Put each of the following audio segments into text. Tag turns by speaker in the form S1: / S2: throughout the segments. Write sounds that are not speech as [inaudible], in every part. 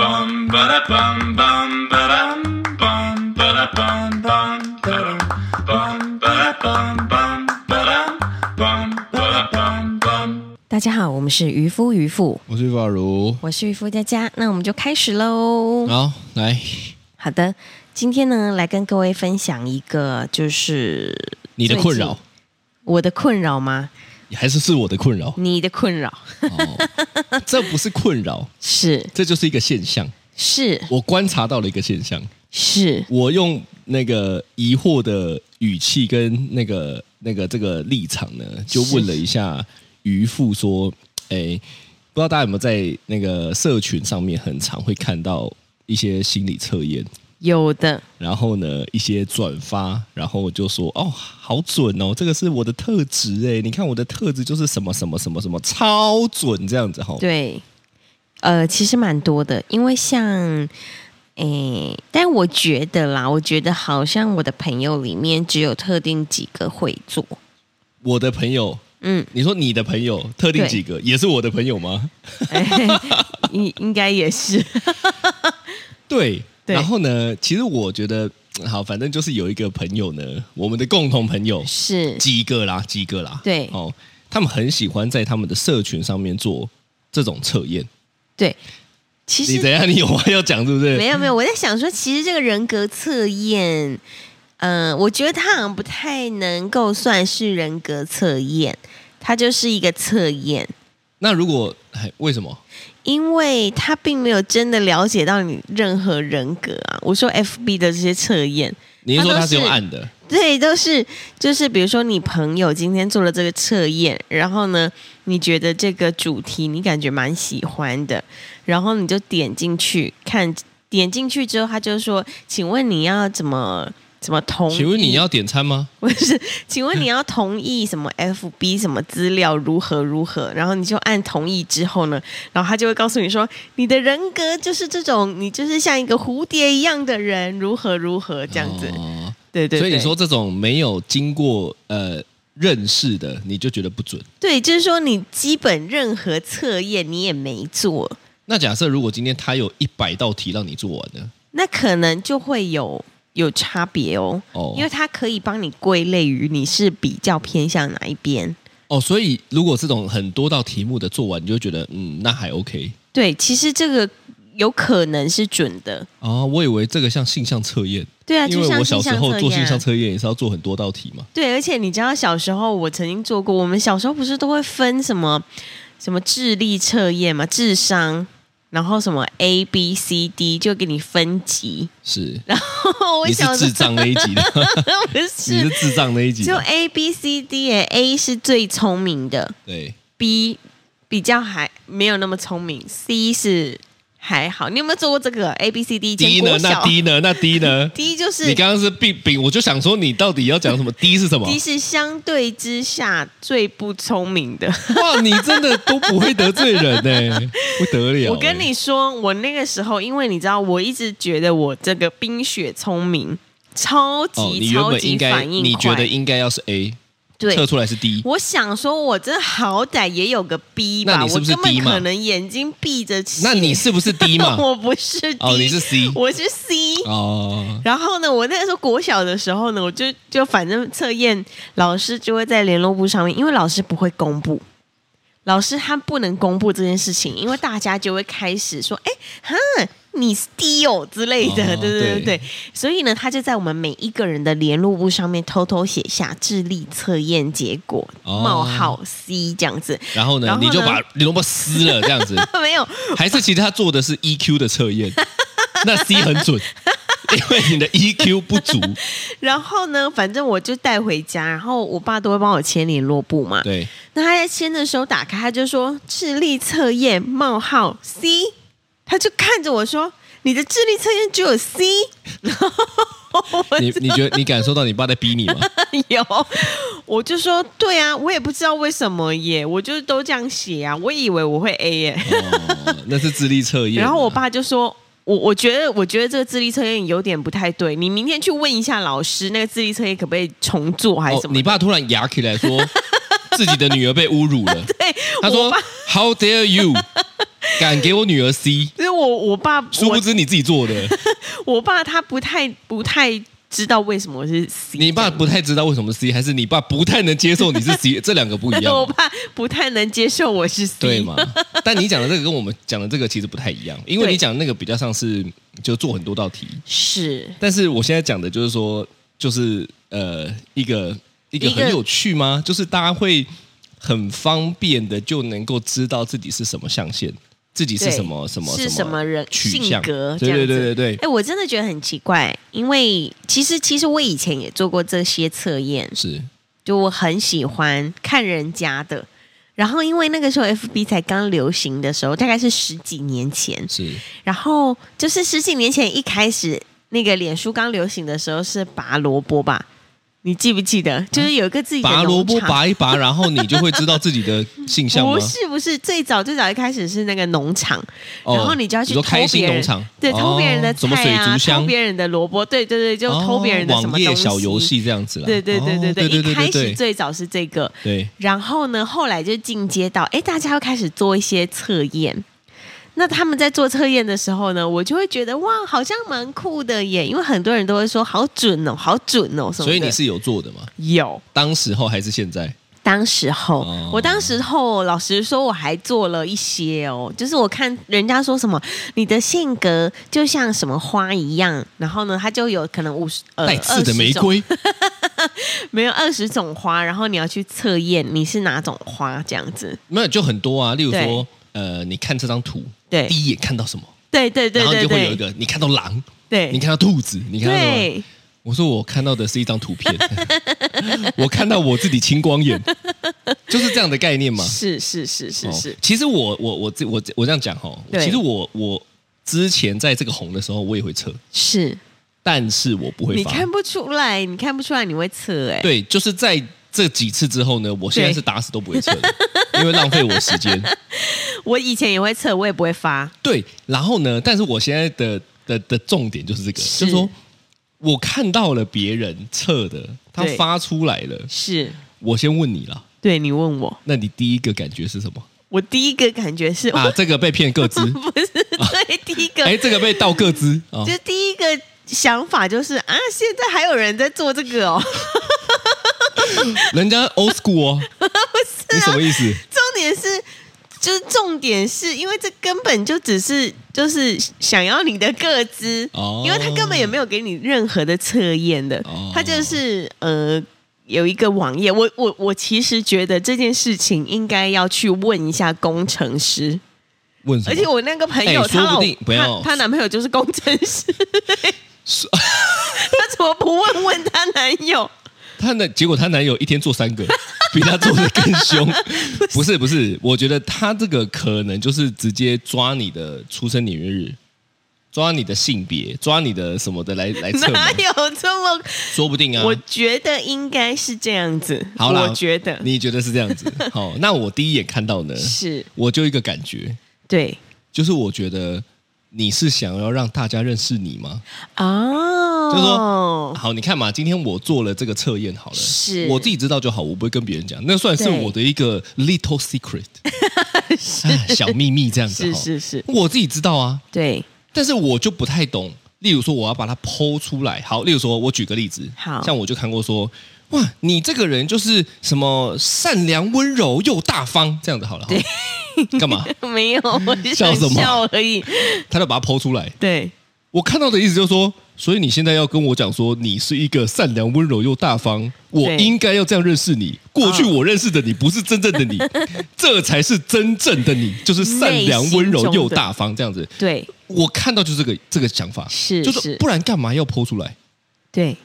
S1: bum ba da bum bum ba dum bum ba da bum bum ba dum bum ba da bum bum ba dum bum ba da bum bum.
S2: 大家好，我们是渔夫渔妇，
S3: 我是法如。
S2: 我是渔夫佳佳，那我们就开始喽。
S3: 好，来，
S2: 好的，今天呢，来跟各位分享一个，就是
S3: 你的困扰，
S2: 我的困扰吗？？
S3: 还是是我的困 [laughs] 扰
S2: 你的困扰
S3: 哦，这不是困扰，
S2: 是
S3: 这就是一个现象。
S2: 是
S3: 我观察到了一个现象，
S2: 是，
S3: 我用那个疑惑的语气跟那个那个这个立场呢，就问了一下渔父说：“哎，不知道大家有没有在那个社群上面很常会看到一些心理测验？”
S2: 有的
S3: 然后呢，一些转发，然后我就说哦，好准哦，这个是我的特质哎，你看我的特质就是什么什么什么什么，超准这样子哈、哦。
S2: 对，呃，其实蛮多的，因为像。诶，但我觉得啦，我觉得好像我的朋友里面只有特定几个会做，
S3: 我的朋友，
S2: 嗯，
S3: 你说你的朋友特定几个也是我的朋友吗？
S2: 应应该也是，
S3: 对。
S2: 对
S3: 然后呢，其实我觉得嗯好，反正就是有一个朋友呢，我们的共同朋友
S2: [laughs] 是
S3: 几个啦，几个啦，
S2: 对
S3: 哦，他们很喜欢在他们的社群上面做这种测验。
S2: 对。其
S3: 你
S2: 实
S3: 怎样？你有话要讲是不是？
S2: 没有没有，我在想说，其实这个人格测验，嗯、我觉得它好像不太能够算是人格测验，它就是一个测验，
S3: 那如果哎，为什么？
S2: 因为它并没有真的了解到你任何人格啊。我说 FB 的这些测验，
S3: 你是说
S2: 它都
S3: 他是用
S2: 是
S3: 按的？
S2: 对，都是就是比如说你朋友今天做了这个测验，然后呢，你觉得这个主题你感觉蛮喜欢的，然后你就点进去看，点进去之后他就说，请问你要怎么怎么同意？
S3: 请问你要点餐吗？
S2: 不是？请问你要同意什么 FB 什么资料如何如何？然后你就按同意之后呢，然后他就会告诉你说，你的人格就是这种，你就是像一个蝴蝶一样的人，如何如何这样子。
S3: 哦、
S2: 对对对，
S3: 所以你说这种没有经过呃认识的，你就觉得不准。
S2: 对，就是说你基本任何测验你也没做，
S3: 那假设如果今天他有一百道题让你做完呢？
S2: 那可能就会有有差别哦，
S3: 哦，
S2: 因为它可以帮你归类于你是比较偏向哪一边。
S3: 哦，所以如果这种很多道题目的做完，你就会觉得嗯，那还 OK。
S2: 对，其实这个有可能是准的。
S3: 哦，我以为这个像性向测验，
S2: 对啊，就
S3: 因为
S2: 像
S3: 我小时候做性
S2: 性
S3: 向
S2: 向
S3: 测验也是要做很多道题嘛。
S2: 对，而且你知道小时候我曾经做过，我们小时候不是都会分什么什么智力测验嘛，智商，然后什么 A B C D 就给你分级。 [laughs]
S3: 是，
S2: 我
S3: 你是
S2: 小时
S3: 智
S2: 候
S3: 障那一
S2: [laughs]
S3: 集的， [laughs]
S2: 不
S3: 你是智障那一集
S2: 就
S3: 的，
S2: A B C D 耶，A 是最聪明的
S3: 对。
S2: ，B 比较还没有那么聪明，C 是还好。你有没有做过这个 A B C D？以前
S3: D 呢？
S2: 国
S3: 那
S2: 小
S3: D 呢？那 D 呢？
S2: D [laughs] 就是
S3: 你刚刚是病病，我就想说你到底要讲什
S2: [laughs]
S3: 么？D 是什么
S2: D 是相对之下最不聪明的。
S3: 哇，你真的都不会得罪人呢、不得了、欸
S2: 我跟，你说，我那个时候，因为你知道，我一直觉得我这个冰雪聪明，超级、
S3: 哦，你原
S2: 超
S3: 本
S2: 级
S3: 应该，
S2: 反应快。
S3: 你觉得应该要是 A，
S2: 对
S3: 测出来是 D，
S2: 我想说，我真好歹也有个 B
S3: 那
S2: 吧，
S3: 你是不是
S2: 我根本
S3: D 嘛
S2: 可能眼睛闭着起。？
S3: 那你是不是 D 嘛
S2: [laughs] 我不嗯是 D，
S3: 哦，你是 C，
S2: 我是 C。
S3: 哦，
S2: 然后呢，我那个时候国小的时候呢，我就就反正测验老师就会在联络簿上面，因为老师不会公布，老师他不能公布这件事情，因为大家就会开始说，哎哈，你是 D 哦之类的，
S3: 哦
S2: 对对对
S3: 对
S2: 对。所以呢，他就在我们每一个人的联络簿上面偷偷写下智力测验结果、
S3: 哦
S2: 冒号 C 这样子， [laughs]
S3: 然后呢，
S2: 然后呢
S3: 你就把李萝卜撕了这样子，
S2: 没有
S3: 还是其实他做的是 EQ 的测验，那 C 很准，因为你的 EQ 不足，
S2: 然后呢，反正我就带回家，然后我爸都会帮我签联络簿嘛。
S3: 对，
S2: 那他在签的时候打开，他就说智力测验冒号 C，他就看着我说你的智力测验只有 C，我
S3: 你你觉得你感受到你爸在逼你吗？
S2: 有，哎我就说对啊，我也不知道为什么耶，我就是都这样写啊，我以为我会 A
S3: [laughs]
S2: 耶，
S3: 哦，那是智力测验啊。
S2: 然后我爸就说。我我觉得，我觉得这个智力测验有点不太对。你明天去问一下老师，那个智力测验可不可以重做还是
S3: 哦
S2: 什，么的？
S3: 你爸突然哑起
S2: [laughs]
S3: 来说，自己的女儿被侮辱了。
S2: 对，
S3: [laughs] 他
S2: 哎我
S3: 说
S2: 爸 [laughs]
S3: ：“How dare you？敢给我女儿 C，
S2: 因为我我爸
S3: 殊不
S2: 我
S3: 知你自己做
S2: [laughs]
S3: 的，
S2: 我爸他不太不太知道为什么我是 C，
S3: 你爸不太知道为什么 C，还是你爸不太能接受你是
S2: [laughs]
S3: C，这两个不一
S2: 我
S3: 样，
S2: 爸不太能接受我是 C，
S3: [laughs] 对嘛？ [laughs] 但你讲的这个跟我们讲的这个其实不太一样，因为
S2: 对
S3: 你讲的那个比较像是就做很多道题，
S2: 是
S3: 但是我现在讲的就是说，就是呃，一个一个
S2: 一个
S3: 很有趣吗？就是大家会很方便的就能够知道自己是什么象限，自己是
S2: 对
S3: 什么什么
S2: 是什么人
S3: 取
S2: 性
S3: 向
S2: 格这
S3: 对
S2: 样子
S3: 对对对对
S2: 哎、，我真的觉得很奇怪，因为其实其实我以前也做过这些测验，
S3: 是
S2: 就我很喜欢看人家的。然后因为那个时候 FB 才刚流行的时候，大概是十几年前，
S3: 是
S2: 然后就是十几年前一开始那个脸书刚流行的时候是拔萝卜吧。你记不记得？就是有一个自己的
S3: 啊拔
S2: 农
S3: 萝卜
S2: 场
S3: 拔一拔，然后你就会知道自己的性向吗
S2: 不？是不是，最早最早一开始是那个农场，
S3: 哦
S2: 然后你就要去
S3: 你说
S2: 偷别
S3: 开
S2: 人，
S3: 心农场，
S2: 对，偷别人的
S3: 哦什么
S2: 菜
S3: 水
S2: 啊，
S3: 族
S2: 偷
S3: 箱，
S2: 别人的萝卜，对对对，就偷别人的
S3: 哦
S2: 什么
S3: 网
S2: 东
S3: 页
S2: 西。
S3: 小游戏这样子啦。
S2: 对对对对
S3: 哦对对
S2: 一
S3: 对
S2: 开始
S3: 对对
S2: 最早是这个，
S3: 对
S2: 然后呢，后来就进阶到，哎，大家要开始做一些测验。那他们在做测验的时候呢，我就会觉得哇，好像蛮酷的耶，因为很多人都会说好准哦，好准哦什么的。
S3: 所以你是有做的嘛？
S2: 有
S3: 当时候还是现在？
S2: 当时候，
S3: 哦
S2: 我当时候老实说，我还做了一些哦，就是我看人家说什么，你的性格就像什么花一样，然后呢，它就有可能五十呃
S3: 带刺的玫，
S2: 20种
S3: 瑰，
S2: 没有二十种花，然后你要去测验你是哪种花这样子，
S3: 没有就很多啊。例如
S2: 对
S3: 说，呃，你看这张图，
S2: 对
S3: 第一眼看到什么，
S2: 对对对
S3: 然后你
S2: 对
S3: 就会有一
S2: 对，
S3: 个，你看到狼，
S2: 对
S3: 你看到兔子，你看到什么？
S2: 对，
S3: 我说我看到的是一张图片， [laughs] 我看到我自己青光眼， [laughs] 就是这样的概念嘛。
S2: 是是是是
S3: 哦
S2: 是，
S3: 其实我我我这我我这样讲哈，
S2: 对
S3: 其实我我之前在这个红的时候，我也会测，
S2: 是，
S3: 但是我不会
S2: 你
S3: 发。
S2: 看不出来，你看不出来你会测哎、
S3: 对，就是在这几次之后呢，我现在
S2: 对
S3: 是打死都不会测的，因为浪费我时
S2: [laughs]
S3: 间。
S2: 我以前也会测，我也不会发，
S3: 对，然后呢，但是我现在的的的重点就是这个，
S2: 是
S3: 就是说我看到了别人测的，他
S2: 对
S3: 发出来了，
S2: 是
S3: 我先问你了，
S2: 对你问我，
S3: 那你第一个感觉是什
S2: [laughs]
S3: 么？
S2: 我第一个感觉是。
S3: 啊，这个被骗
S2: [laughs]
S3: 各资，
S2: 不是，对，第一个、
S3: 哎，这个被盗各资啊，
S2: 就第一个想法就是啊，现在还有人在做这个哦。
S3: 人家 old school
S2: [laughs]
S3: 哦，
S2: 啊
S3: 你什么意思？
S2: 重点是，就是重点是因为这根本就只是就是想要你的个资，
S3: 哦
S2: 因为他根本也没有给你任何的测验的，
S3: 哦
S2: 他就是呃。有一个网页，我我我其实觉得这件事情应该要去问一下工程师，
S3: 问什么？
S2: 而且我那个朋友，
S3: 哎
S2: 她
S3: 说不
S2: 老
S3: 定不要
S2: 她她男朋友就是工程
S3: [laughs]
S2: 师，她怎么不问问她男
S3: [laughs]
S2: 友？
S3: 她的结果，她男友一天做三个， [laughs] 比她做的更
S2: [laughs]
S3: 凶。不是不是，我觉得她这个可能就是直接抓你的出生年月日，抓你的性别，抓你的什么的
S2: [laughs]
S3: 来来测
S2: 哪，
S3: 嘛
S2: 有这么？
S3: 说不定啊。
S2: 我觉得应该是这样子。
S3: 好啦，
S2: 我觉得
S3: 你觉得是这样
S2: [laughs]
S3: 子。好，那我第一眼看到呢， [laughs]
S2: 是
S3: 我就一个感觉，
S2: 对
S3: 就是我觉得你是想要让大家认识你吗？就是
S2: 哦
S3: 说，，好，你看嘛，今天我做了这个测验好了，
S2: 是
S3: 我自己知道就好，我不会跟别人讲，那算是
S2: 对
S3: 我的一个
S2: [laughs]
S3: little secret，啊小秘密这样子、
S2: 是
S3: 哦。
S2: 是是，
S3: 我自己知道啊， [laughs]
S2: 对，
S3: 但是我就不太懂。例如说，我要把它剖出来。好，例如说，我举个例子，
S2: 好
S3: 像我就看过说，哇，你这个人就是什么善良、温柔又大方这样子好了。对，干嘛？
S2: 没有， [laughs] 我就想
S3: 笑什么
S2: 笑而已。
S3: 他就把它剖出来。
S2: [laughs] 对，
S3: 我看到的意思就是说，所以你现在要跟我讲说，你是一个善良、温柔又大方，我应该要这样认识你。过去我认识的你不是真正
S2: [laughs]
S3: 的你，这才是真正的你，就是善良、温柔又大方这样子。
S2: 对，
S3: 我看到就是这个这个想法，
S2: 是
S3: 就是
S2: 是
S3: 不然干嘛要剖出来？
S2: 对。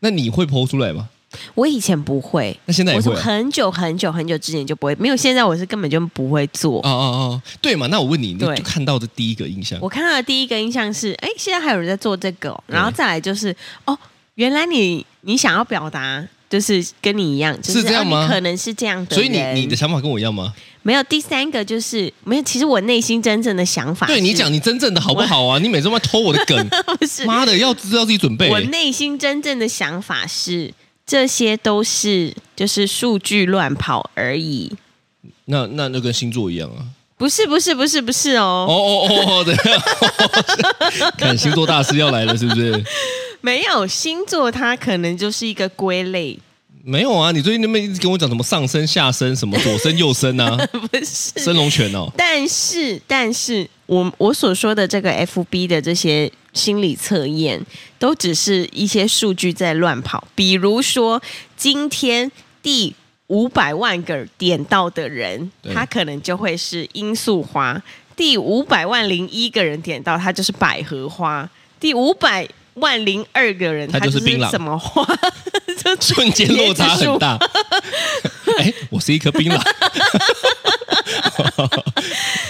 S3: 那你会剖出来吗？
S2: 我以前不会，
S3: 那现在也
S2: 我从
S3: 会啊
S2: 很久很久很久之前就不会，没有。现在我是根本就不会做。
S3: 哦哦哦，对嘛？那我问你，你
S2: 对
S3: 就看到的第一个印象，
S2: 我看到的第一个印象是，哎，现在还有人在做这个哦、然后再来就是，哦，原来你你想要表达就是跟你一样，就是
S3: 这样
S2: 哦
S3: 吗
S2: 你可能是这样的
S3: 所以
S2: 人。
S3: 你你的想法跟我一样吗？
S2: 没有第三个就是没有。其实我内心真正的想法是，
S3: 对
S2: [laughs]
S3: 你讲，你真正的好不好啊？你每次都在偷我的梗，
S2: 不是
S3: 妈的，要知道自己准备。
S2: 我内心真正的想法是，这些都是就是数据乱跑而已。
S3: 那那那跟星座一样啊，
S2: 不是不是不是不是哦，
S3: 哦哦哦哦，等一下， [laughs] 看星座大师要来了，是不是？
S2: 没有星座，它可能就是一个归类， [laughs]
S3: 没有啊，你最近那边一直跟我讲什么上身、下身，什么左身、右身啊，
S2: 不 [laughs] 是
S3: 升龙拳哦。
S2: 但是，但是我我所说的这个 FB 的这些心理测验，都只是一些数据在乱跑。比如说，今天第五百万个点到的人，
S3: 对
S2: 他可能就会是罂粟花；第五百万零一个人点到，他就是百合花；第五百万零二个人，
S3: 他
S2: 他
S3: 就是槟榔
S2: 什么花？ [laughs] 就是
S3: 瞬间落差很大。 [laughs] 哎，我是一颗槟榔，
S2: [laughs]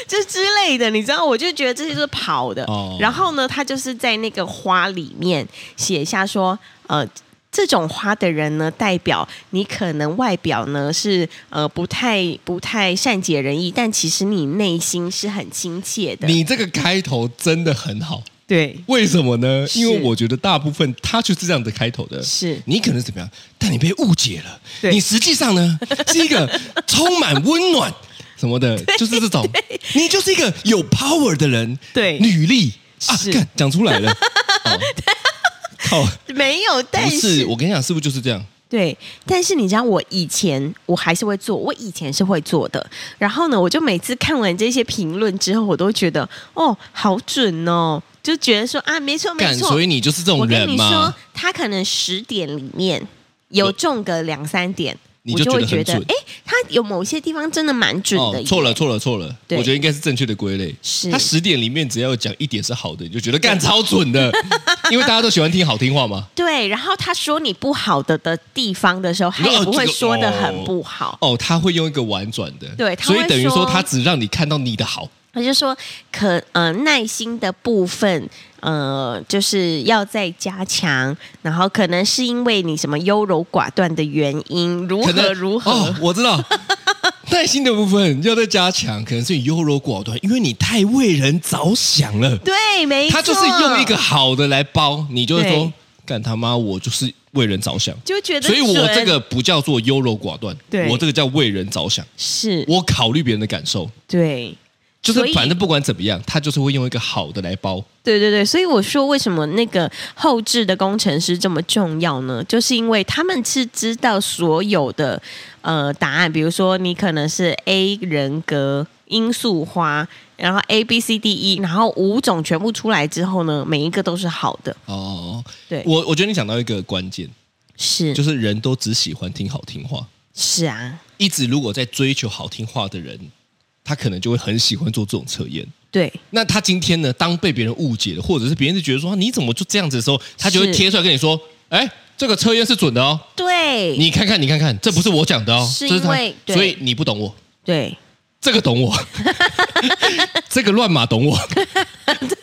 S2: 就之类的，你知道，我就觉得这些都是跑的。
S3: 哦
S2: 然后呢，他就是在那个花里面写下说，呃，这种花的人呢，代表你可能外表呢是呃不太不太善解人意，但其实你内心是很亲切的。
S3: 你这个开头真的很好。
S2: 对，
S3: 为什么呢？
S2: 是
S3: 因为我觉得大部分他就是这样的开头的。
S2: 是
S3: 你可能怎么样，但你被误解了。
S2: 对
S3: 你实际
S2: [laughs]
S3: 上呢，是一个充满温暖什么的，就是这种。你就是一个有 power 的人。
S2: 对
S3: 履历啊，
S2: 是
S3: 看讲出来
S2: [laughs]
S3: 了。哦靠，
S2: 没有，但
S3: 不是，我跟你讲，是不是就是这样？
S2: 对，但是你知道，我以前我还是会做，我以前是会做的。然后呢，我就每次看完这些评论之后，我都觉得哦，好准哦，就觉得说啊，没错没
S3: 干，
S2: 错。
S3: 所以你就是这种
S2: 我跟
S3: 人
S2: 你说
S3: 嘛。，
S2: 他可能十点里面有中个两三点，
S3: 你
S2: 我
S3: 就
S2: 就会
S3: 觉
S2: 觉
S3: 得
S2: 得
S3: 很准
S2: 哎，他有某些地方真的蛮准的
S3: 哦
S2: 耶、，
S3: 错了，错了，错了！
S2: 对
S3: 我觉得应该是正确的归类。
S2: 是
S3: 他十点里面只要有讲一点是好的，你就觉得干超
S2: [laughs]
S3: 准的，因为大家都喜欢听好听话嘛。
S2: 对，然后他说你不好的的地方的时候，他
S3: 哦
S2: 也不会
S3: 这个
S2: 说的很
S3: 哦
S2: 不好。
S3: 哦，他会用一个婉转的，
S2: 对他
S3: 所
S2: 会
S3: 以等于说
S2: 说
S3: 他只让你看到你的好，
S2: 他就说可呃耐心的部分，呃，就是要再加强，然后可能是因为你什么优柔寡断的原因，如
S3: 可能
S2: 何如何，
S3: 哦，我知
S2: [laughs]
S3: 道。耐心的部分要再加强，可能是你优柔寡断，因为你太为人着想了。
S2: 对，没错，
S3: 他就是用一个好的来包，你就会说
S2: 对
S3: 干他妈，我就是为人着想，
S2: 就觉得
S3: 所
S2: 准，
S3: 以我这个不叫做优柔寡断，
S2: 对
S3: 我这个叫为人着想，
S2: 是
S3: 我考虑别人的感受，
S2: 对。
S3: 就
S2: 所
S3: 是
S2: 以
S3: 反正不管怎么样，他就是会用一个好的来包。
S2: 对对对，所以我说为什么那个后置的工程师这么重要呢？就是因为他们是知道所有的呃答案，比如说你可能是 A 人格罂粟花，然后 A B C D E，然后五种全部出来之后呢，每一个都是好的，
S3: 哦，
S2: 对，
S3: 我我觉得你讲到一个关键，
S2: 是
S3: 就是人都只喜欢听好听话，
S2: 是啊，
S3: 一直如果在追求好听话的人，他可能就会很喜欢做这种测验。
S2: 对
S3: 那他今天呢，当被别人误解了，或者是别人就觉得说你怎么就这样子的时候，他就会
S2: 是
S3: 贴出来跟你说，哎，这个测验是准的哦，
S2: 对，
S3: 你看看，你看看，这不是我讲的哦，
S2: 是
S3: 这他
S2: 因为对
S3: 所以你不懂我，
S2: 对
S3: 这个
S2: [laughs]
S3: 懂我，这个乱码懂我，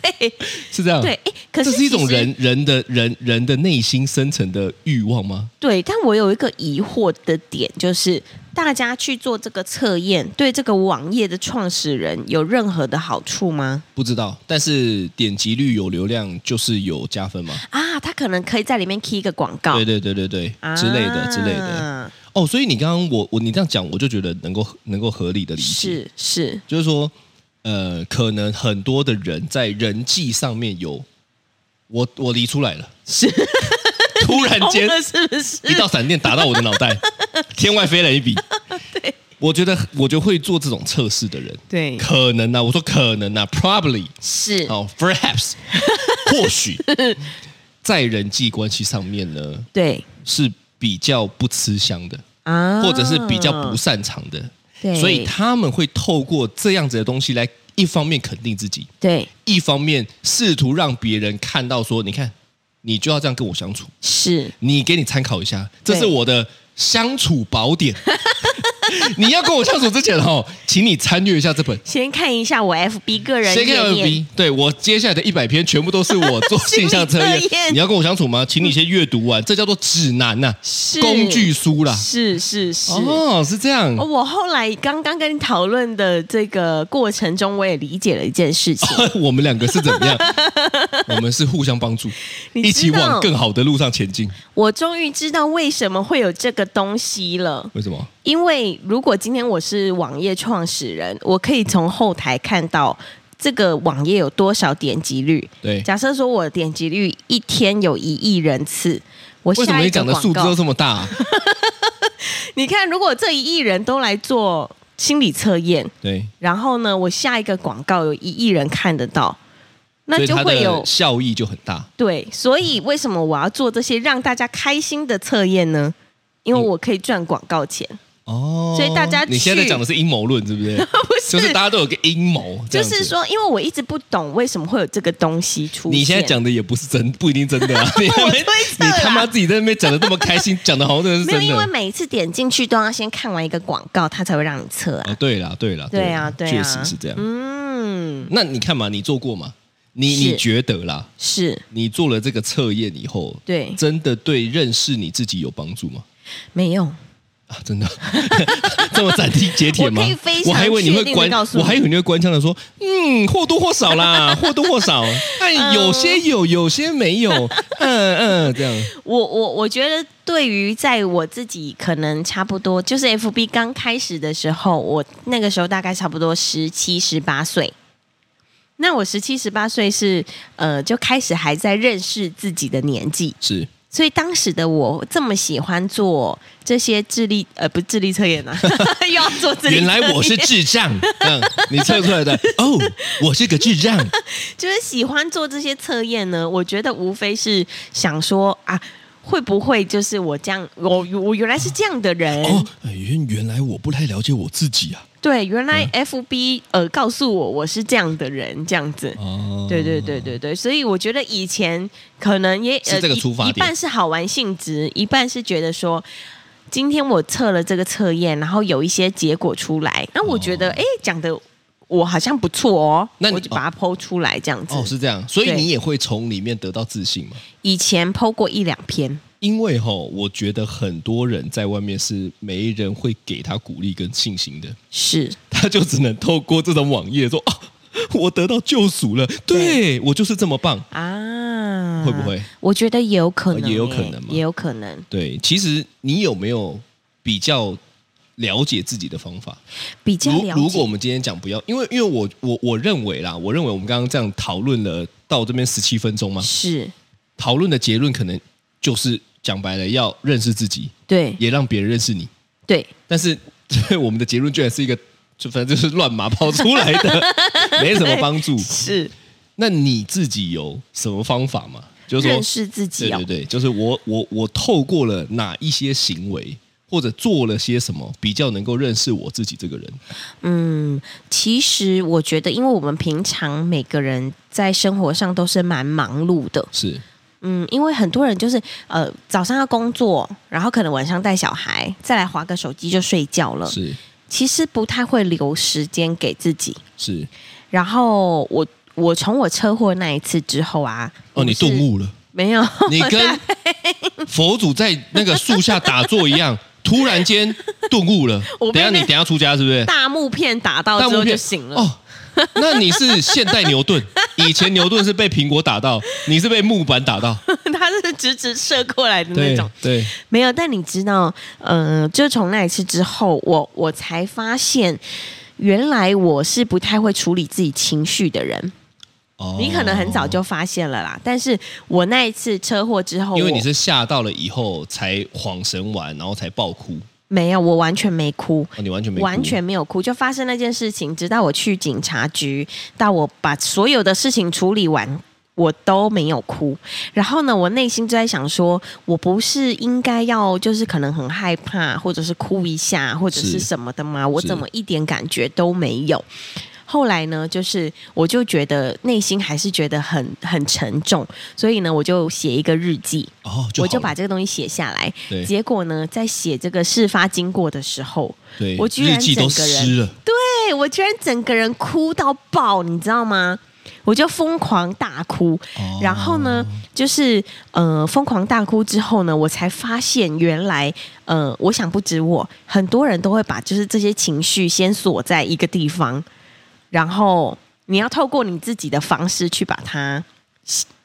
S2: 对
S3: 是这样。
S2: 对，诶可是
S3: 啊这是一种
S2: 其实
S3: 人人的人人的内心深层的欲望吗？
S2: 对，但我有一个疑惑的点，就是大家去做这个测验，对这个网页的创始人有任何的好处吗？
S3: 不知道，但是点击率有流量就是有加分嘛？
S2: 啊，他可能可以在里面 key 一个广告
S3: 对对对对对，之类的之类的。
S2: 啊
S3: 哦，所以你刚刚我我你这样讲，我就觉得能够能够合理的理解，
S2: 是是，
S3: 就是说，呃，可能很多的人在人际上面有，我我离出来了，是 [laughs] 突然
S2: 红 [laughs]
S3: 间
S2: 了哦是不是？
S3: 一道闪电打到我的脑
S2: [laughs]
S3: 袋，天外飞来一笔。
S2: 对，
S3: 我觉得我就会做这种测试的人，
S2: 对，
S3: 可能啊，我说可能啊，probably
S2: 是嗯
S3: 哦，perhaps
S2: [laughs]
S3: 或许在人际关系上面呢
S2: 对
S3: 是比较不吃香的，
S2: 啊，
S3: 或者是比较不擅长的，
S2: 对，
S3: 所以他们会透过这样子的东西来一方面肯定自己，
S2: 对
S3: 一方面试图让别人看到说，你看你就要这样跟我相处，
S2: 是
S3: 你给你参考一下，这
S2: 对
S3: 是我的相处宝典。 [laughs] 你要跟我相处之前哦，
S2: [laughs]
S3: 请你参阅一下这本。
S2: 先看一下我 FB 个人
S3: 谁看
S2: 页
S3: L
S2: 面
S3: B？对我接下来的一百篇全部都是我做
S2: 心
S3: 性
S2: 理
S3: 向测验
S2: 测。验
S3: 你要跟我相处吗？请你先阅读完，这叫做指南呐、
S2: 是
S3: 工具啊书啦。
S2: 是是是。
S3: 哦，是这样
S2: 哦，。我后来刚刚跟你讨论
S3: 哦 [laughs]
S2: 的这个过程中，我也理解了一件事情， [laughs]
S3: 我们两个是怎么样？我们是互相帮助，
S2: 你
S3: 一起
S2: 知道
S3: 往更好的路上前进。
S2: 我终于知道为什么会有这个东西了。
S3: 为什么？
S2: 因为如果今天我是网页创始人，我可以从后台看到这个网页有多少点击率。
S3: 对，
S2: 假设说我的点击率一天有一亿人次，我
S3: 为什
S2: 下
S3: 么
S2: 一
S3: 你
S2: 个
S3: 讲的
S2: 广
S3: 数字
S2: 告
S3: 都，这么大啊、
S2: 你看，如果这一亿人都来做心理测验，
S3: 对，
S2: 然后呢，我下一个广告有一亿人看得到， [laughs] 那
S3: 所以
S2: 就
S3: 它
S2: 会有
S3: 的效益就很大。
S2: 对，所以为什么我要做这些让大家开心的测验呢？因为我可以赚广告钱，
S3: 哦，
S2: 所以大家
S3: 你现在在
S2: 去
S3: 讲的是阴谋论，是不是？
S2: [laughs] 不是？
S3: 就是大家都有个阴谋，这
S2: 就
S3: 样子
S2: 是，说，因为我一直不懂为什么会有这个东西出现。
S3: 你现在讲的也不是真，不一定
S2: [laughs]
S3: 真的啊。你还
S2: 我
S3: 没
S2: 推测
S3: 你
S2: 啦
S3: 他妈自己在那边讲的这么开心，讲的好像真的是
S2: 没有，
S3: 真
S2: 因为
S3: 的。
S2: 每一次点进去都要先看完一个广告，它才会让你测啊。
S3: 哦，对啦，对啦，
S2: 对
S3: 啦
S2: 啊，对啊，
S3: 确实是这样。
S2: 嗯，
S3: 那你看嘛，你做过嘛？你
S2: 是
S3: 你觉得啦，
S2: 是
S3: 你做了这个测验以后，
S2: 对
S3: 真的对认识你自己有帮助吗？
S2: 没有。
S3: 啊，真的 [laughs] 这么斩钉截铁吗？
S2: 我可以非常
S3: 我还以为你会
S2: 确定地
S3: 关
S2: 告，诉
S3: 我
S2: 你
S3: 还以为你会官腔的说，嗯，或多或少啦， [laughs] 或多或少。
S2: 嗯
S3: 哎，有些有，有些没有，
S2: [laughs]
S3: 嗯嗯，这样。
S2: 我我我觉得，对于在我自己可能差不多，就是 FB 刚开始的时候，我那个时候大概差不多十七、十八岁。那我十七、十八岁是呃，就开始还在认识自己的年纪，
S3: 是
S2: 所以当时的我这么喜欢做这些智力呃，不智力测验啊， [laughs] 又要做智力测验，
S3: 原来我是
S2: [laughs]
S3: 智障，嗯，你测出来的哦，我是个智障，
S2: 嗯就是喜欢做这些测验呢，我觉得无非是想说啊，会不会就是我这样，我我原来是这样的人，
S3: 哦，哎原原来我不太了解我自己啊，
S2: 对，原来 FB、呃告诉我我是这样的人，这样子。
S3: 哦，
S2: 对对对对对，所以我觉得以前可能也呃
S3: 是这个
S2: 一
S3: 出发
S2: 一
S3: 点
S2: 半是好玩性质，一半是觉得说，今天我测了这个测验，然后有一些结果出来，那我觉得
S3: 哦
S2: 哎、诶讲的我好像不错哦，
S3: 那你
S2: 我就把它剖出来这样子。
S3: 哦，是这样，所以
S2: 对
S3: 你也会从里面得到自信嘛？
S2: 以前剖过一两篇，
S3: 因为哈、我觉得很多人在外面是没人会给他鼓励跟信心的， [laughs]
S2: 是
S3: 他就只能透过这种网页说啊，我得到救赎了，对我就是这么棒，
S2: 啊，
S3: 会不？会？
S2: 我觉得也有可能、
S3: 哦也有可
S2: 诶
S3: 能嘛
S2: 也有可能。
S3: 对，其实你有没有比较了解自己的方法？
S2: 比较
S3: 如
S2: 了解
S3: 如果我们今天讲不要，因为因为我我我认为啦，我认为我们刚刚这样讨论了到这边十七分钟嘛，
S2: 是
S3: 讨论的结论可能就是讲白了，要认识自己，
S2: 对
S3: 也让别人认识你。
S2: 对，
S3: 但是 [laughs] 我们的结论居然是一个，就反正就是乱码跑出来
S2: [laughs]
S3: 的，没什么帮助。
S2: 是
S3: 那你自己有什么方法吗？就是说
S2: 认识自己
S3: 对
S2: 哦
S3: 对。对，就是我我我透过了哪一些行为，或者做了些什么，比较能够认识我自己这个人。
S2: 嗯，其实我觉得，因为我们平常每个人在生活上都是蛮忙碌的，
S3: 是
S2: 嗯，因为很多人就是呃早上要工作，然后可能晚上带小孩，再来划个手机就睡觉了，
S3: 是
S2: 其实不太会留时间给自己。
S3: 是，
S2: 然后我我从我车祸那一次之后啊，
S3: 哦，你顿
S2: 物
S3: 悟了，
S2: 没有？
S3: 你跟
S2: 嗯
S3: 佛祖在那个树下打坐一
S2: [laughs]
S3: 样，突然间顿悟了。
S2: 我被
S3: 等一下你
S2: 那
S3: 等一下出家是不是？
S2: [laughs] 大木片打到之
S3: 木
S2: 后就
S3: 片
S2: 醒了。
S3: 哦。那你是现代牛顿，以前牛顿是被苹果打到，你是被木板打到，
S2: [laughs] 他是直直射过来的 [laughs] 那种，
S3: 对，
S2: 没有。但你知道，呃，就从那一次之后，我我才发现，原来我是不太会处理自己情绪的人。
S3: 哦
S2: 你可能很早就发现了啦，但是我那一次车祸之后，
S3: 哦因为
S2: 我
S3: 你是吓到了以后才恍神完，然后才爆哭，
S2: 没有，我完全没哭。
S3: 哦、你完全没哭
S2: 完全没有哭，就发生那件事情，直到我去警察局，到我把所有的事情处理完，我都没有哭。然后呢，我内心就在想说，我不是应该要就是可能很害怕，或者是哭一下，或者
S3: 是
S2: 是什么的吗？我
S3: 是
S2: 怎么一点感觉都没有？后来呢，就是我就觉得内心还是觉得很很沉重，所以呢，我就写一个日记，
S3: 哦，
S2: 我
S3: 好
S2: 就
S3: 了
S2: 把这个东西写下来。
S3: 对
S2: 结果呢，在写这个事发经过的时候，
S3: 对
S2: 我居然
S3: 日记都
S2: 整个人
S3: 湿了，
S2: 对我居然整个人哭到爆，你知道吗？我就疯狂大哭，
S3: 哦
S2: 然后呢，就是呃疯狂大哭之后呢，我才发现原来呃，我想不止我，很多人都会把就是这些情绪先锁在一个地方，然后你要透过你自己的方式去把它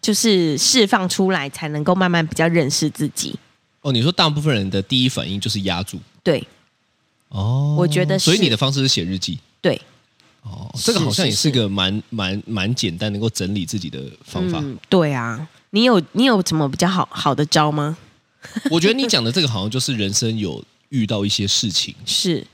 S2: 就是释放出来，才能够慢慢比较认识自己。
S3: 哦，你说大部分人的第一反应就是压住
S2: 对
S3: 哦，
S2: 我觉得
S3: 所以
S2: 是
S3: 你的方式是写日记
S2: 对，
S3: 哦，这个好像也是个蛮蛮蛮简单能够整理自己的方法。
S2: 嗯，对啊。你有你有什么比较好好的招吗？
S3: 我觉得你讲的这个好像就是人生有遇到一些事情，
S2: 是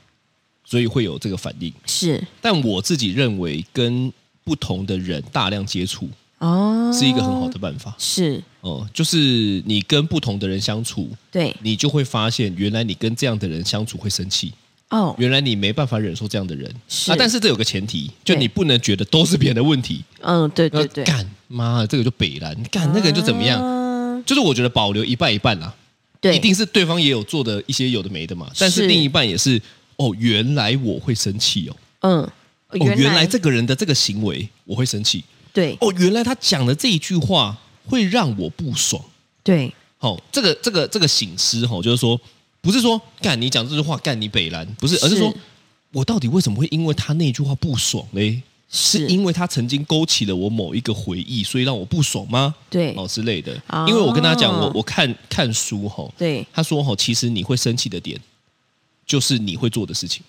S3: 所以会有这个反应。
S2: 是
S3: 但我自己认为跟不同的人大量接触
S2: 哦，
S3: 是一个很好的办法
S2: 是
S3: 哦、就是你跟不同的人相处，
S2: 对
S3: 你就会发现原来你跟这样的人相处会生气，
S2: 哦，
S3: 原来你没办法忍受这样的人
S2: 是
S3: 啊。但是这有个前提，就
S2: 对
S3: 你不能觉得都是别人的问题。
S2: 嗯，对对
S3: 那
S2: 对，
S3: 干妈的这个就北蓝，干那个人就怎么样？
S2: 啊
S3: 就是我觉得保留一半一半啦，
S2: 对，
S3: 一定是对方也有做的一些有的没的嘛，但是
S2: 是
S3: 另一半也是哦，原来我会生气哦，
S2: 嗯，
S3: 哦，原来这个人的这个行为我会生气，
S2: 对
S3: 哦，原来他讲的这一句话会让我不爽，
S2: 对
S3: 好、这个这个这个醒思哈、哦，就是说不是说干你讲这句话干你北蓝，不是，而是说
S2: 是
S3: 我到底为什么会因为他那句话不爽嘞？
S2: 是
S3: 是因为他曾经勾起了我某一个回忆，所以让我不爽吗？
S2: 对
S3: 哦之类的
S2: 哦。
S3: 因为我跟他讲，我我看看书哈、哦，
S2: 对
S3: 他说哈、哦，其实你会生气的点，就是你会做的事情，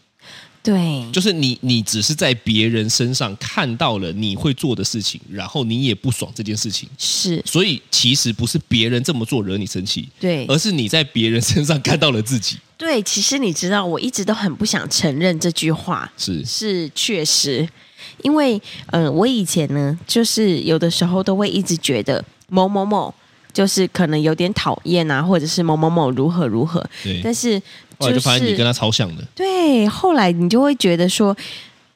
S2: 对，
S3: 就是你你只是在别人身上看到了你会做的事情，然后你也不爽这件事情，
S2: 是
S3: 所以其实不是别人这么做惹你生气，
S2: 对
S3: 而是你在别人 [laughs] 身上看到了自己，
S2: 对。其实你知道，我一直都很不想承认这句话，
S3: 是
S2: 是确实，因为嗯、呃我以前呢，就是有的时候都会一直觉得某某某就是可能有点讨厌啊，或者是某某某如何如何，
S3: 对。
S2: 但是
S3: 嗯后来
S2: 是
S3: 就发现你跟他超像的，
S2: 对，后来你就会觉得说，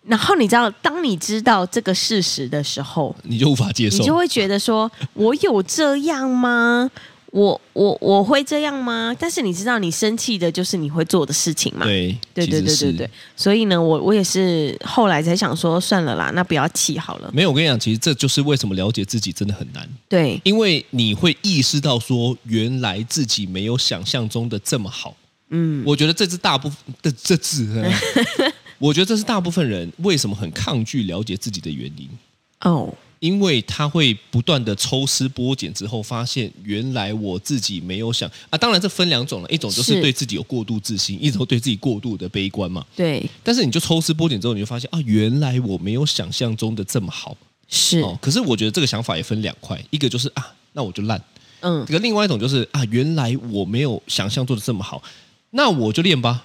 S2: 然后你知道，当你知道这个事实的时候，
S3: 你就无法接
S2: 你就
S3: 受。
S2: 会觉得说，我有这样吗？我我我会这样吗？但是你知道，你生气的就是你会做的事情嘛。
S3: 对
S2: 对对
S3: 其实
S2: 对对
S3: 是
S2: 对，所以呢，我我也是后来才想说，算了啦，那不要气好了。
S3: 没有，我跟你讲，其实这就是为什么了解自己真的很难，
S2: 对
S3: 因为你会意识到说，原来自己没有想象中的这么好。嗯，我觉得这是大部分的这是，我觉得这是大部分人为什么很抗拒了解自己的原因，
S2: 哦，
S3: 因为他会不断的抽丝剥茧之后，发现原来我自己没有想啊。当然，这分两种了，一种就是
S2: 是
S3: 对自己有过度自信，一种对自己过度的悲观嘛。
S2: 对，
S3: 但是你就抽丝剥茧之后，你就发现啊，原来我没有想象中的这么好。
S2: 是，
S3: 哦，可是我觉得这个想法也分两块，一个就是啊，那我就烂；
S2: 嗯
S3: 这，个另外一种就是啊，原来我没有想象做的这么好，那我就练吧。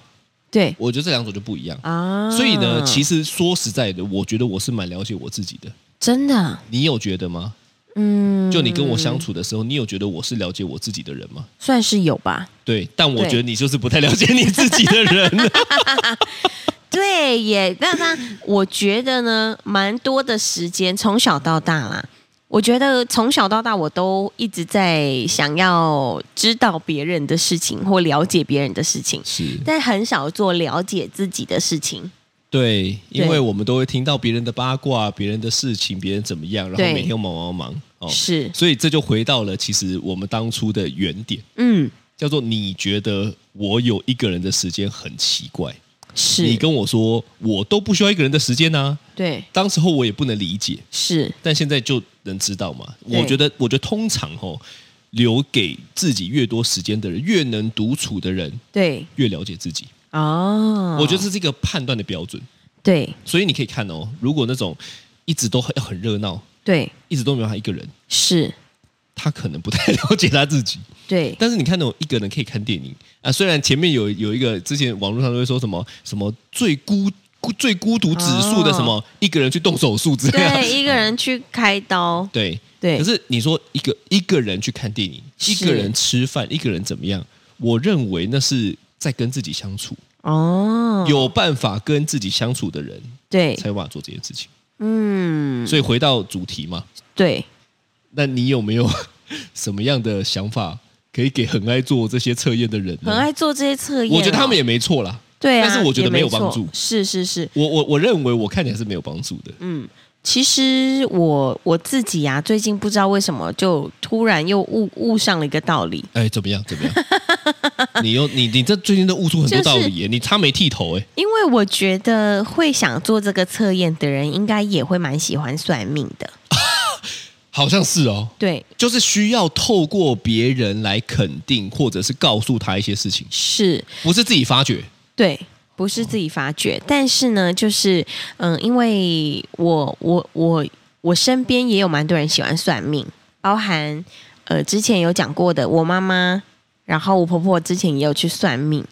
S2: 对
S3: 我觉得这两种就不一样。
S2: 啊。
S3: 所以呢，其实说实在的，我觉得我是蛮了解我自己的。
S2: 真的，
S3: 你有觉得吗？
S2: 嗯，
S3: 就你跟我相处的时候，你有觉得我是了解我自己的人吗？
S2: 算是有吧。
S3: 对，但我
S2: 对
S3: 觉得你就是不太了解你自己的
S2: [laughs]
S3: 人。
S2: 对耶，那那我觉得呢，蛮多的时间，从小到大啦，我觉得从小到大我都一直在想要知道别人的事情或了解别人的事情，
S3: 是
S2: 但很少做了解自己的事情。
S3: 对，因
S2: 对
S3: 为我们都会听到别人的八卦、别人的事情、别人怎么样，然后
S2: 对
S3: 每天忙忙忙哦，
S2: 是，
S3: 所以这就回到了其实我们当初的原点，
S2: 嗯，
S3: 叫做你觉得我有一个人的时间很奇怪，
S2: 是，
S3: 你跟我说我都不需要一个人的时间呢、
S2: 对，
S3: 当时候我也不能理解，
S2: 是
S3: 但现在就能知道嘛。
S2: 对
S3: 我觉得，我觉得通常哦，留给自己越多时间的人，越能独处的人，
S2: 对，
S3: 越了解自己。
S2: 哦，
S3: 我觉得这是一个判断的标准。
S2: 对
S3: 所以你可以看哦，如果那种一直都很很热闹，
S2: 对
S3: 一直都没有他一个人，
S2: 是，
S3: 他可能不太 [laughs] 了解他自己。 [laughs]
S2: 对
S3: 但是你看那种一个人可以看电影啊，虽然前面有有一个之前网络上都会说什么什么最孤孤最孤独指数的什么、一个人去动手术之 [laughs] 类的，
S2: 哦对，一个人去开刀，
S3: 对
S2: 对
S3: 啊可是你说一个一个人去看电影，
S2: 是
S3: 一个人吃饭，一个人怎么样？我认为那是在跟自己相处，
S2: 哦，
S3: 有办法跟自己相处的人
S2: 对，
S3: 才有办法做这件事情。
S2: 嗯，
S3: 所以回到主题嘛，
S2: 对。
S3: 那你有没有 [laughs] 什么样的想法可以给很爱做这些测验的人呢？
S2: 很爱做这些测验哦、
S3: 我觉得他们也没错啦。
S2: 对啊，
S3: 但是我觉得
S2: 也
S3: 没
S2: 没
S3: 有帮助
S2: 错是是是，
S3: 我我我认为我看起来是没有帮助的。
S2: 嗯，其实我我自己啊，最近不知道为什么就突然又悟悟上了一个道理，
S3: 哎，怎么样？怎么样？ [laughs] 你又你你这最近都悟出很多道理耶，你他没剃头哎，
S2: 因为我觉得会想做这个测验的人，应该也会蛮喜欢算命的。
S3: 好像是哦，
S2: 对，
S3: 就是需要透过别人来肯定，或者是告诉他一些事情，
S2: 是，
S3: 不是自己发觉。
S2: 对，不是自己发觉，但是呢，就是嗯，因为我我我我身边也有蛮多人喜欢算命，包含呃之前有讲过的我妈妈，然后我婆婆之前也有去算命。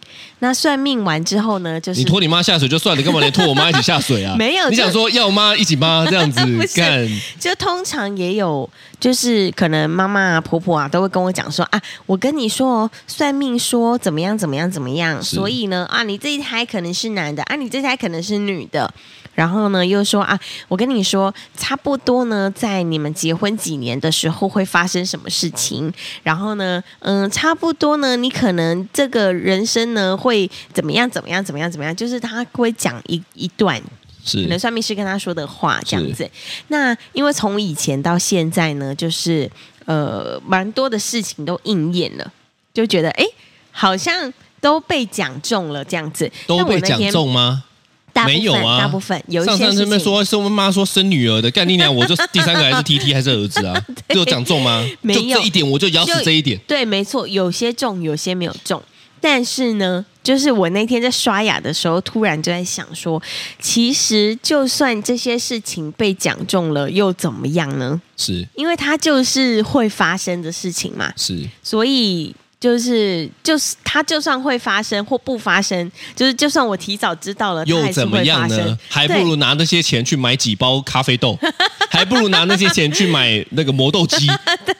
S2: 那算命完之后呢，就是
S3: 你拖你妈下水就算了，干嘛连拖我妈一起下水啊？
S2: [laughs] 没有
S3: 你
S2: 就
S3: 想说要妈一
S2: [laughs]
S3: 起妈这样
S2: 不
S3: 子
S2: 是
S3: 干？
S2: 就通常也有，就是可能妈妈啊、婆婆啊都会跟我讲说啊，我跟你说哦，算命说怎么样怎么样怎么样，所以呢啊，你这一胎可能是男的啊，你这一胎可能是女的。然后呢，又说啊，我跟你说，差不多呢，在你们结婚几年的时候会发生什么事情。然后呢，嗯，差不多呢，你可能这个人生呢会怎么样怎么样怎么样怎么样，就是他会讲一一段可能
S3: 是
S2: 算命师跟他说的话这样子。那因为从以前到现在呢，就是呃，蛮多的事情都应验了，就觉得哎，诶好像都被讲中了这样子。
S3: 都
S2: 但我
S3: 被
S2: 那
S3: 讲
S2: 天，
S3: 中吗？
S2: 大部分
S3: 没有啊，
S2: 大部分有一
S3: 上
S2: 些
S3: 上
S2: 事
S3: 那边
S2: 情
S3: 说是我们妈说生女儿的，干你娘！我就第三个还是 T T 还是儿
S2: [laughs]
S3: 子啊？
S2: 对
S3: 就讲中吗？
S2: 没
S3: 就
S2: 有
S3: 这一点，我就咬死
S2: 就
S3: 这一点。
S2: 对，没错，有些中，有些没有中。但是呢，就是我那天在刷牙的时候，突然就在想说，其实就算这些事情被讲中了，又怎么样呢？
S3: 是
S2: 因为它就是会发生的事情嘛。
S3: 是，
S2: 所以就是就是它就算会发生或不发生，就是就算我提早知道了，它
S3: 又
S2: 还是
S3: 怎么
S2: 会
S3: 样
S2: 发生
S3: 呢？还不如拿那些钱去买几包咖啡豆， [laughs] 还不如拿那些钱去买那个磨豆机。
S2: [laughs] 对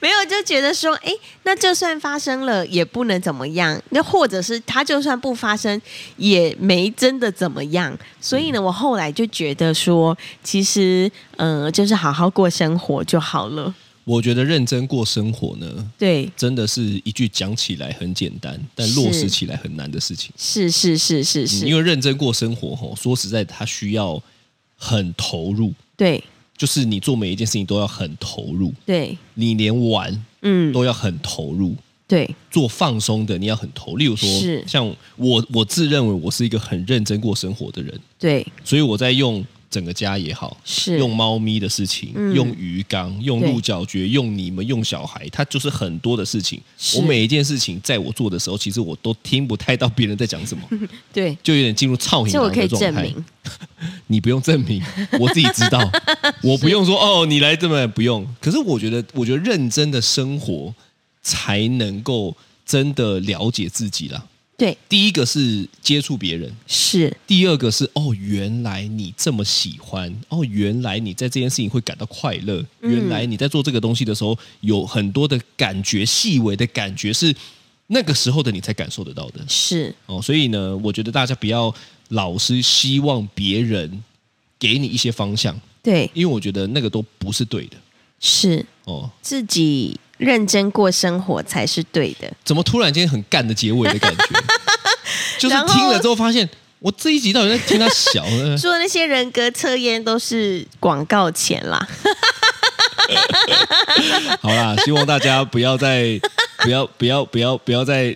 S2: 没有就觉得说，哎，那就算发生了也不能怎么样，那或者是它就算不发生也没真的怎么样。所以呢，
S3: 嗯
S2: 我后来就觉得说，其实嗯、呃就是好好过生活就好了。
S3: 我觉得认真过生活呢，
S2: 对，
S3: 真的是一句讲起来很简单，但落实起来很难的事情。
S2: 是是是是
S3: 嗯
S2: 是，
S3: 因为认真过生活，吼，说实在，它需要很投入，
S2: 对
S3: 就是你做每一件事情都要很投入，
S2: 对，
S3: 你连玩
S2: 嗯，
S3: 都要很投入。
S2: 对
S3: 做放松的，你要很投。例如说
S2: 是，
S3: 像我，我自认为我是一个很认真过生活的人，
S2: 对
S3: 所以我在用整个家也好，
S2: 是，
S3: 用猫咪的事情，
S2: 嗯
S3: 用鱼缸，用
S2: 对
S3: 鹿角蕨，用你们，用小孩，它就是很多的事情。
S2: 是
S3: 我每一件事情，在我做的时候，其实我都听不太到别人在
S2: [laughs]
S3: 讲什么，
S2: 对，
S3: 就有点进入操你
S2: 这我
S3: 郎
S2: 可以
S3: 的状
S2: 证
S3: 态。
S2: 明，
S3: 你不用证
S2: [laughs]
S3: 明，我自己知道，我不用说哦，你来这么不用。可是我觉得，我觉得认真的生活才能够真的了解自己啦。
S2: 对，
S3: 第一个是接触别人，
S2: 是
S3: 第二个是哦，原来你这么喜欢哦，原来你在这件事情会感到快乐，
S2: 嗯
S3: 原来你在做这个东西的时候有很多的感觉，细微的感觉是那个时候的你才感受得到的
S2: 是，
S3: 哦。所以呢，我觉得大家不要老是希望别人给你一些方向，
S2: 对，
S3: 因为我觉得那个都不是对的
S2: 是
S3: 哦。
S2: 自己认真过生活才是对的。
S3: 怎么突然间很干的结尾的
S2: [laughs]
S3: 感觉？就是
S2: 然后
S3: 听了之后发现，我这一集到底在听他
S2: [laughs]
S3: 小呃呢？
S2: 做那些人格测验都是广告钱啦，
S3: 好啦，希望大家不要
S2: [laughs]
S3: 再不要不要不要不要再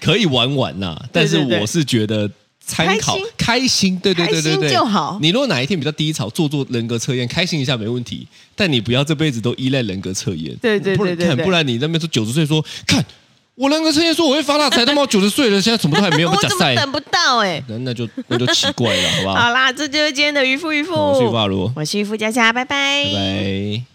S3: 可以玩玩呐、但是
S2: 对对
S3: 我是觉得参考
S2: 开心
S3: 开心，对对对对
S2: 开
S3: 对，
S2: 心就好
S3: 你如果哪一天比较低潮，做做人格测验，开心一下没问题，但你不要这辈子都依赖人格测验。
S2: 对对对
S3: 不然
S2: 对对对
S3: 不然你那边说九十岁说看我人格测验说我会发大财，他妈九十岁了，现在什么都还没
S2: [laughs]
S3: 有，
S2: 我
S3: 假
S2: 怎么啊
S3: 赛，
S2: 等不到哎、
S3: 那那就那就奇
S2: [laughs]
S3: 怪了，好不好？
S2: 好啦，这就是今天的渔夫渔夫，
S3: 我是法罗，
S2: 我是渔夫佳佳，拜拜
S3: 拜拜。